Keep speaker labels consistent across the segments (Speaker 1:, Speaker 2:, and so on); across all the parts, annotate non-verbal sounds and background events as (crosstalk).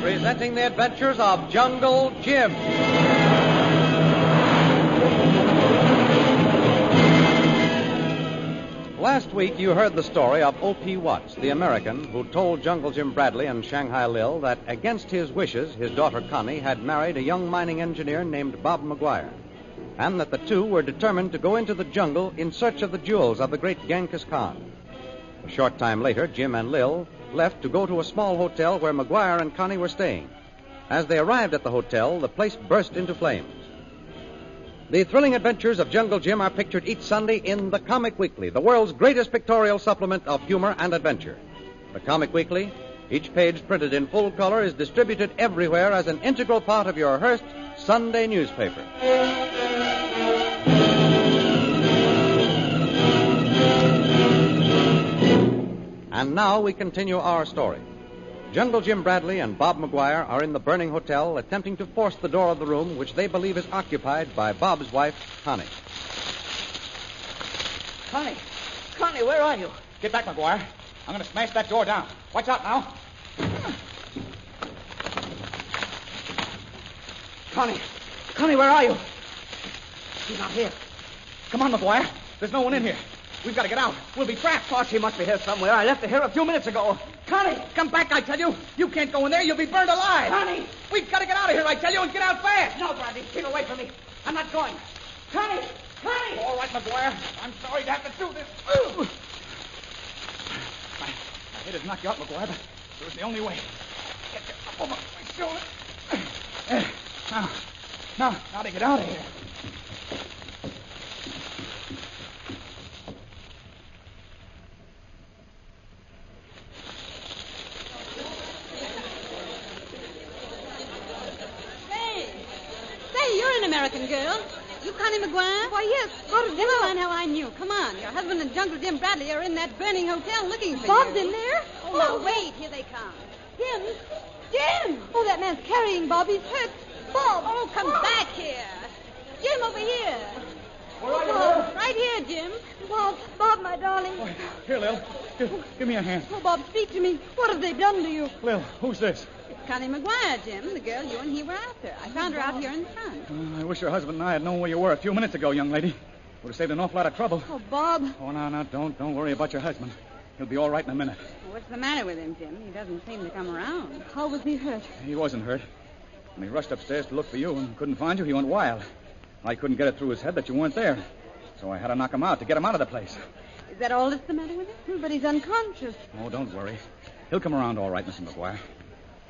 Speaker 1: Presenting the adventures of Jungle Jim. Last week, you heard the story of O.P. Watts, the American who told Jungle Jim Bradley and Shanghai Lil that, against his wishes, his daughter Connie had married a young mining engineer named Bob McGuire, and that the two were determined to go into the jungle in search of the jewels of the great Genghis Khan. A short time later, Jim and Lil left to go to a small hotel where McGuire and Connie were staying. As they arrived at the hotel, the place burst into flames. The thrilling adventures of Jungle Jim are pictured each Sunday in The Comic Weekly, the world's greatest pictorial supplement of humor and adventure. The Comic Weekly, each page printed in full color, is distributed everywhere as an integral part of your Hearst Sunday newspaper. And now we continue our story. Jungle Jim Bradley and Bob McGuire are in the burning hotel attempting to force the door of the room which they believe is occupied by Bob's wife, Connie.
Speaker 2: Connie, Connie, where are you?
Speaker 3: Get back, McGuire. I'm going to smash that door down. Watch out now.
Speaker 2: Connie, Connie, where are you?
Speaker 3: She's not here. Come on, McGuire. There's no one in here. We've got to get out. We'll be trapped.
Speaker 2: Oh, she must be here somewhere. I left her here a few minutes ago. Connie,
Speaker 3: Come back, I tell you. You can't go in there. You'll be burned alive.
Speaker 2: Connie!
Speaker 3: We've got to get out of here, I tell you, and get out fast.
Speaker 2: No, Bradley, keep away from me. I'm not going. Connie, Connie!
Speaker 3: All right, McGuire. I'm sorry to have to do this. Ooh. My, my head has knocked you out, McGuire, but it was the only way. Get you up over my shoulder. There. Now, now, now to get out of here.
Speaker 4: Say, say, you're an American girl. You Connie McGuire? Why, yes. Go to dinner. I know I knew. Come on. Your husband and Jungle Jim Bradley are in that burning hotel looking for
Speaker 5: Bob's
Speaker 4: you.
Speaker 5: in there?
Speaker 4: Oh,
Speaker 5: Oh.
Speaker 4: now, wait. Here they come.
Speaker 5: Jim! Jim! Oh, that man's carrying Bob. He's hurt. Bob!
Speaker 4: Oh, come
Speaker 5: Bob.
Speaker 4: back here. Jim, over here.
Speaker 3: Where are you, Lil?
Speaker 4: Bob, right here, Jim.
Speaker 5: Bob, Bob, my darling.
Speaker 3: Why, Here, Lil. Give, give me a hand.
Speaker 5: Oh, Bob, speak to me. What have they done to you?
Speaker 3: Lil, who's this?
Speaker 4: It's Connie McGuire, Jim, the girl you and he were after. I found her out here in the sun.
Speaker 3: Uh, I wish your husband and I had known where you were a few minutes ago, young lady. Would have saved an awful lot of trouble.
Speaker 5: Oh, Bob.
Speaker 3: Oh, no, no, don't, don't worry about your husband. He'll be all right in a minute.
Speaker 4: What's the matter with him, Jim? He doesn't seem to come around.
Speaker 5: How was he hurt?
Speaker 3: He wasn't hurt. When he rushed upstairs to look for you and couldn't find you, he went wild. I couldn't get it through his head that you weren't there. So I had to knock him out to get him out of the place.
Speaker 4: Is that all that's the matter with him?
Speaker 5: Hmm, But he's unconscious.
Speaker 3: Oh, don't worry. He'll come around all right, Mrs. McGuire.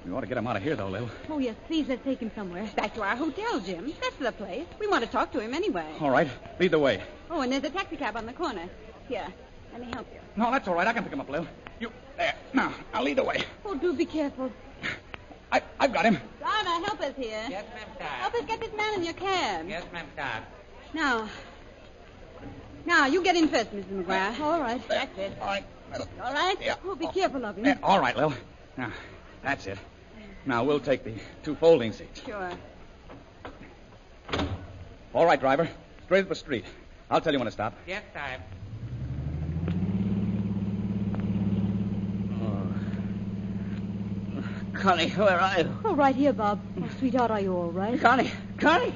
Speaker 3: We ought to get him out of here, though, Lil.
Speaker 5: Oh, yes, please, let's take him somewhere.
Speaker 4: Back to our hotel, Jim. That's the place. We want to talk to him anyway.
Speaker 3: All right, lead the way.
Speaker 4: Oh, and there's a taxicab on the corner. Here, let me help you.
Speaker 3: No, that's all right. I can pick him up, Lil. You, there. Now, I'll lead the way.
Speaker 5: Oh, do be careful.
Speaker 3: I, I've got him.
Speaker 4: Donna, help us here.
Speaker 2: Yes, ma'am,
Speaker 4: Help us get this man in your cab.
Speaker 2: Yes, ma'am, Todd.
Speaker 4: Now. Now, you get in first, Mrs. McGuire.
Speaker 5: Uh, All right.
Speaker 4: That's it.
Speaker 3: All right.
Speaker 4: All right?
Speaker 3: Yeah.
Speaker 5: Oh, be careful of him.
Speaker 3: Yeah, all right, Lil. Now, that's it. Now, we'll take the two folding seats.
Speaker 4: Sure.
Speaker 3: All right, driver. Straight up the street. I'll tell you when to stop.
Speaker 2: Yes, Todd.
Speaker 3: Oh.
Speaker 1: Connie, where are you?
Speaker 5: Oh, right here, Bob. Oh, sweetheart, are you all right?
Speaker 1: Connie, Connie,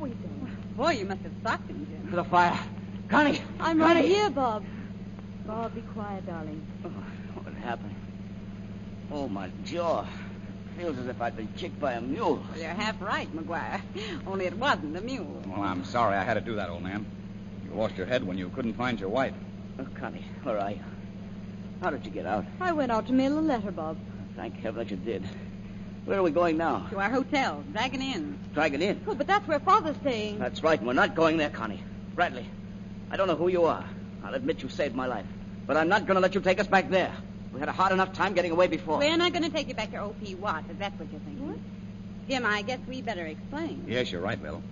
Speaker 5: Oh, he's all right.
Speaker 4: Boy, you must have socked him, Jim.
Speaker 1: to the fire. Connie,
Speaker 5: I'm right here, Bob. Bob, be quiet, darling.
Speaker 1: Oh, what happened? Oh, my jaw. Feels as if I'd been kicked by a mule.
Speaker 4: Well, you're half right, McGuire. Only it wasn't a mule.
Speaker 3: Well, I'm sorry I had to do that, old man. You lost your head when you couldn't find your wife.
Speaker 1: Oh, Connie, where are you? How did you get out?
Speaker 5: I went out to mail a letter, Bob.
Speaker 1: Thank heaven that you did. Where are we going now?
Speaker 4: To our hotel, Dragon Inn. Uh,
Speaker 1: Dragon Inn.
Speaker 5: Oh, but that's where Father's staying.
Speaker 1: That's right. We're not going there, Connie. Bradley,
Speaker 6: I don't know who you are. I'll admit you saved my life. But I'm not going to let you take us back there. We had a hard enough time getting away before.
Speaker 4: We're not going to take you back to O.P. Watt, if that's what you're thinking. Jim, I guess we better explain.
Speaker 1: Yes, you're right, Bill.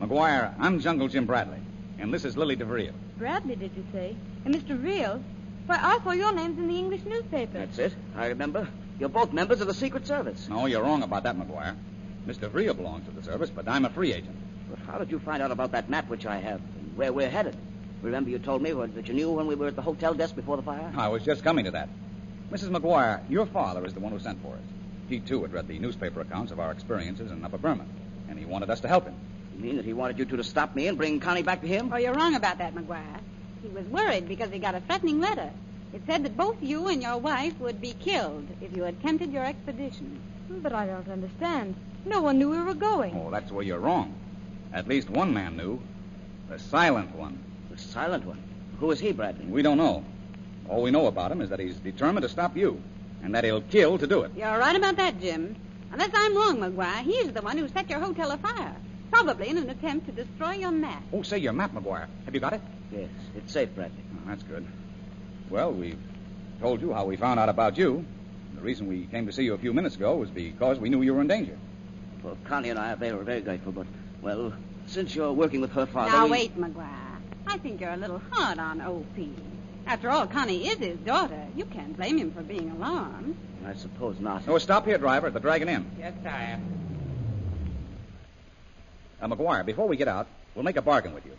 Speaker 1: McGuire, I'm Jungle Jim Bradley, and this is Lily DeVril.
Speaker 5: Bradley, did you say? And Mr. Real? Why, I saw your names in the English newspaper.
Speaker 6: That's it. I remember. You're both members of the Secret Service.
Speaker 1: No, you're wrong about that, McGuire. Mr. DeVril belongs to the service, but I'm a free agent.
Speaker 6: But how did you find out about that map which I have and where we're headed? Remember you told me what, that you knew when we were at the hotel desk before the fire?
Speaker 1: I was just coming to that. Mrs. McGuire, your father is the one who sent for us. He, too, had read the newspaper accounts of our experiences in Upper Burma, and he wanted us to help him.
Speaker 6: You mean that he wanted you two to stop me and bring Connie back to him?
Speaker 4: Oh, you're wrong about that, McGuire. He was worried because he got a threatening letter. It said that both you and your wife would be killed if you attempted your expedition.
Speaker 5: Hmm, But I don't understand. No one knew we were going.
Speaker 1: Oh, that's where you're wrong. At least one man knew. The silent one.
Speaker 6: The silent one. Who is he, Bradley?
Speaker 1: We don't know. All we know about him is that he's determined to stop you, and that he'll kill to do it.
Speaker 4: You're right about that, Jim. Unless I'm wrong, McGuire, he's the one who set your hotel afire. Probably in an attempt to destroy your map.
Speaker 1: Oh, say your map, McGuire. Have you got it?
Speaker 6: Yes, it's safe, Bradley.
Speaker 1: Oh, that's good. Well, we've told you how we found out about you. The reason we came to see you a few minutes ago was because we knew you were in danger.
Speaker 6: Well, Connie and I are very, very grateful, but, well, since you're working with her father.
Speaker 4: now,
Speaker 6: we-
Speaker 4: wait, McGuire. I think you're a little hard on O.P. After all, Connie is his daughter. You can't blame him for being alarmed.
Speaker 6: I suppose not.
Speaker 1: Oh, stop here, driver, at the Dragon Inn.
Speaker 3: Yes, sire.
Speaker 1: Uh, McGuire, before we get out, we'll make a bargain with you.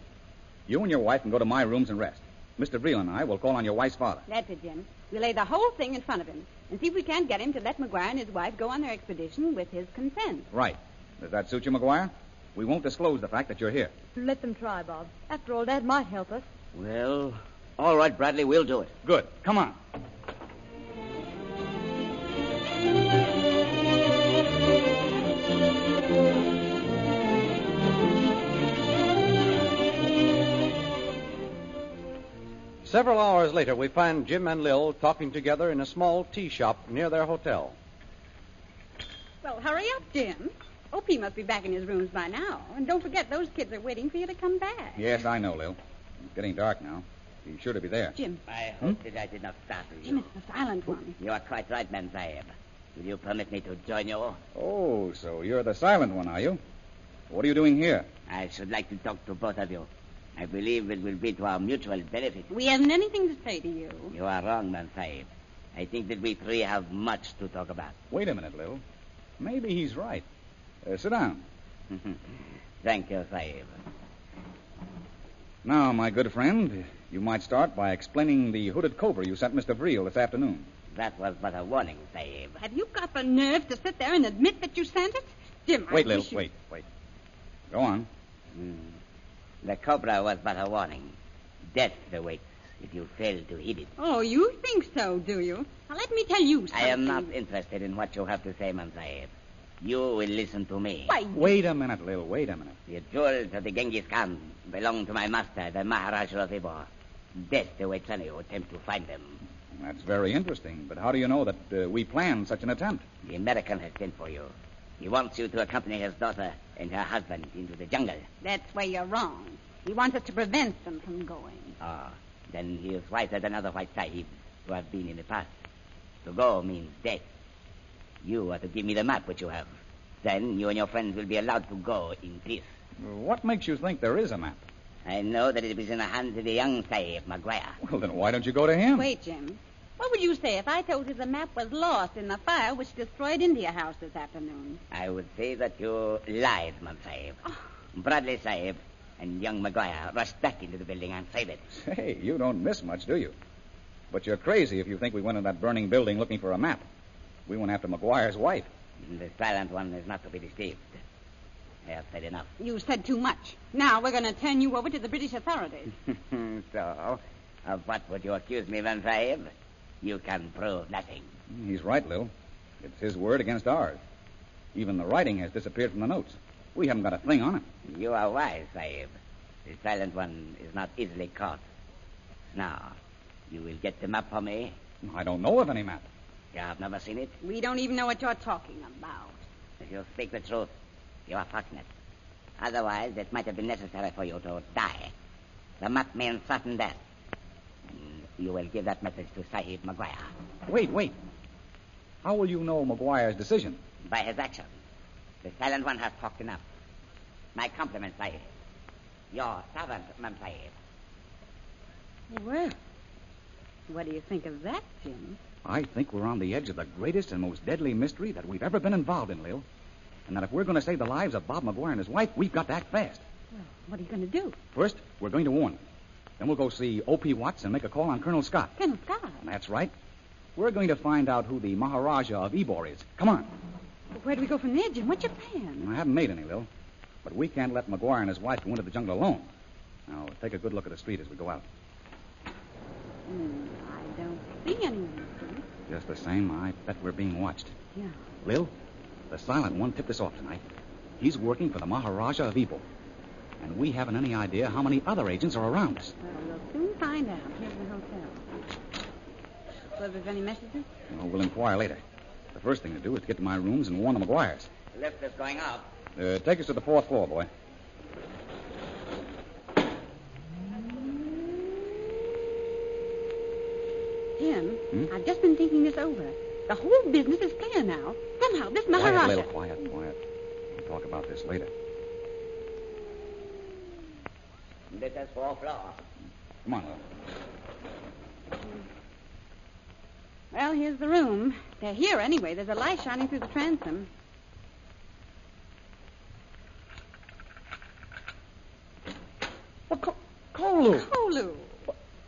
Speaker 1: You and your wife can go to my rooms and rest. Mr. Vreel and I will call on your wife's father.
Speaker 4: That's it, Jim. We lay the whole thing in front of him and see if we can't get him to let McGuire and his wife go on their expedition with his consent.
Speaker 1: Right. Does that suit you, McGuire? We won't disclose the fact that you're here.
Speaker 5: Let them try, Bob. After all, Dad might help us.
Speaker 6: Well, all right, Bradley, we'll do it.
Speaker 1: Good. Come on.
Speaker 7: Several hours later, we find Jim and Lil talking together in a small tea shop near their hotel.
Speaker 4: Well, hurry up, Jim. O.P. must be back in his rooms by now. And don't forget, those kids are waiting for you to come back.
Speaker 1: Yes, I know, Lil. It's getting dark now. He's sure to be there.
Speaker 4: Jim,
Speaker 6: I hope that I did not startle
Speaker 4: Jim, it's the silent one.
Speaker 6: You are quite right, Manzaev. Will you permit me to join you?
Speaker 1: Oh, so you're the silent one, are you? What are you doing here?
Speaker 6: I should like to talk to both of you. I believe it will be to our mutual benefit.
Speaker 4: We haven't anything to say to you.
Speaker 6: You are wrong, Mansaib. I think that we three have much to talk about. (laughs)
Speaker 1: Wait a minute, Lil. Maybe he's right. Uh, sit down.
Speaker 6: Thank you, Saib.
Speaker 1: Now, my good friend, you might start by explaining the hooded cobra you sent Mr. Vreel this afternoon.
Speaker 6: That was but a warning, Saib.
Speaker 4: Have you got the nerve to sit there and admit that you sent it? Jim,
Speaker 1: Wait,
Speaker 4: I
Speaker 1: Lil.
Speaker 4: wish you-
Speaker 1: Wait, wait. Go on.
Speaker 6: Hmm. The cobra was but a warning. Death awaits if you fail to heed it.
Speaker 4: Oh, you think so, do you? Now, let me tell you something.
Speaker 6: I am not interested in what you have to say, Mansaib. You will listen to me.
Speaker 4: Why,
Speaker 1: Wait a minute, Lil. Wait a minute.
Speaker 6: The jewels of the Genghis Khan belong to my master, the Maharaja of Ibor. Death awaits any who attempt to find them.
Speaker 1: That's very interesting, but how do you know that uh, we planned such an attempt?
Speaker 6: The American has sent for you. He wants you to accompany his daughter and her husband into the jungle.
Speaker 4: that's where you're wrong. He wants us to prevent them from going.
Speaker 6: Ah, then he is wiser than other white sahibs who have been in the past. To go means death. You are to give me the map which you have. Then you and your friends will be allowed to go in peace.
Speaker 1: What makes you think there is a map?
Speaker 6: I know that it was in the hands of the young sahib, Maguire.
Speaker 1: Well, then why don't you go to him?
Speaker 4: Wait, Jim. What would you say if I told you the map was lost in the fire which destroyed India House this afternoon?
Speaker 6: I would say that you lied, Mum Sahib. Bradley Sahib and young Maguire rushed back into the building and saved it.
Speaker 1: Hey, you don't miss much, do you? But you're crazy if you think we went in that burning building looking for a map. We went after McGuire's wife.
Speaker 6: The silent one is not to be deceived. I have said enough.
Speaker 4: You said too much. Now we're going to turn you over to the British authorities.
Speaker 6: (laughs) so, of what would you accuse me, Mum Sahib? You can prove nothing.
Speaker 1: He's right, Lil. It's his word against ours. Even the writing has disappeared from the notes. We haven't got a thing on it.
Speaker 6: You are wise, Sahib. The silent one is not easily caught. Now, you will get the map for me.
Speaker 1: I don't know of any map.
Speaker 6: You have never seen it.
Speaker 4: We don't even know what you're talking about.
Speaker 6: If you speak the truth, you are fortunate. Otherwise, it might have been necessary for you to die. The map man threatened that. And you will give that message to Sahib Maguire
Speaker 3: Wait, wait. How will you know McGuire's decision?
Speaker 6: by his action. The silent one has talked enough. My compliments, Sahib. Your servant, Mem Sahib.
Speaker 4: Well, what do you think of that, Jim?
Speaker 3: I think we're on the edge of the greatest and most deadly mystery that we've ever been involved in, Lil. And that if we're going to save the lives of Bob McGuire and his wife, we've got to act fast.
Speaker 4: What are you going to do?
Speaker 3: First, we're going to warn them. Then we'll go see O.P. Watts and make a call on Colonel Scott.
Speaker 4: Colonel Scott,
Speaker 3: That's right. We're going to find out who the Maharaja of Ebor is. Come on.
Speaker 4: where do we go from there, Jim? What's your plan?
Speaker 3: I haven't made any, Lil. But we can't let McGuire and his wife go into the jungle alone. Now, take a good look at the street as we go out.
Speaker 4: Hmm, I don't see anyone. Jim.
Speaker 3: Just the same, I bet we're being watched.
Speaker 4: Yeah.
Speaker 3: Lil, the silent one tipped us off tonight. He's working for the Maharaja of Ebor. And we haven't any idea how many other agents are around us.
Speaker 4: Well, we'll soon find out. Here's the hotel. So there's any messages?
Speaker 3: Well, we'll inquire later. The first thing to do is to get to my rooms and warn the McGuires.
Speaker 6: The lift is going up.
Speaker 3: Uh, take us to the fourth floor, boy.
Speaker 4: Jim,
Speaker 3: Hmm?
Speaker 4: I've just been thinking this over. The whole business is clear now. Somehow, this
Speaker 3: Quiet,
Speaker 4: Maharaja.
Speaker 3: Lil, quiet, quiet. We'll talk about this later.
Speaker 6: This is fourth floor.
Speaker 3: Come on, Lil.
Speaker 4: Well, here's the room. They're here anyway. There's a light shining through the transom.
Speaker 3: Well, Co- Kolu,
Speaker 4: Kolu.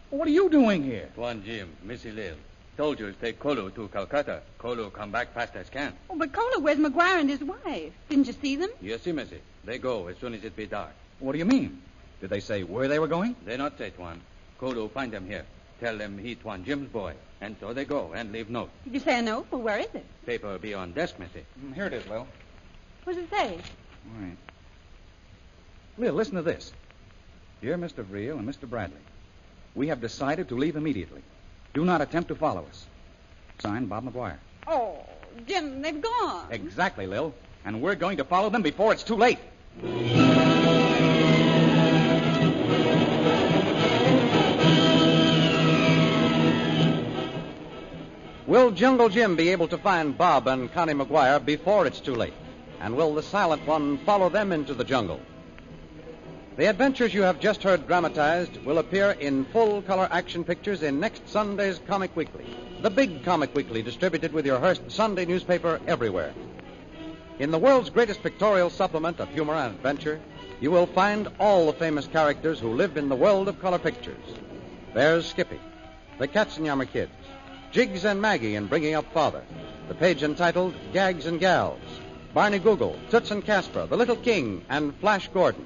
Speaker 3: what are you doing here?
Speaker 7: One Jim, Missy Lil. Told you to take Kolo to Calcutta. Kolo come back fast as can.
Speaker 4: Oh, but Kolu, where's McGuire and his wife? Didn't you see them?
Speaker 7: You see, Missy. They go as soon as it be dark.
Speaker 3: What do you mean? Did they say where they were going?
Speaker 7: They not take one. Kolo find them here. Tell them he Tuan Jim's boy. And so they go and leave note.
Speaker 4: Did you say a note? Well, where is it?
Speaker 7: Paper be on desk, Missy.
Speaker 3: Mm, Here it is, Lil.
Speaker 4: What does it say?
Speaker 3: All right. Lil, listen to this. Dear Mr. Vreel and Mr. Bradley, we have decided to leave immediately. Do not attempt to follow us. Signed, Bob McGuire.
Speaker 4: Oh, Jim, they've gone.
Speaker 3: Exactly, Lil. And we're going to follow them before it's too late.
Speaker 1: Will Jungle Jim be able to find Bob and Connie McGuire before it's too late? And will the Silent One follow them into the jungle? The adventures you have just heard dramatized will appear in full color action pictures in next Sunday's Comic Weekly, the big Comic Weekly distributed with your Hearst Sunday newspaper everywhere. In the world's greatest pictorial supplement of humor and adventure, you will find all the famous characters who lived in the world of color pictures. There's Skippy, the Katzenjammer Kids, Jiggs and Maggie in Bringing Up Father, the page entitled Gags and Gals, Barney Google, Toots and Casper, The Little King, and Flash Gordon.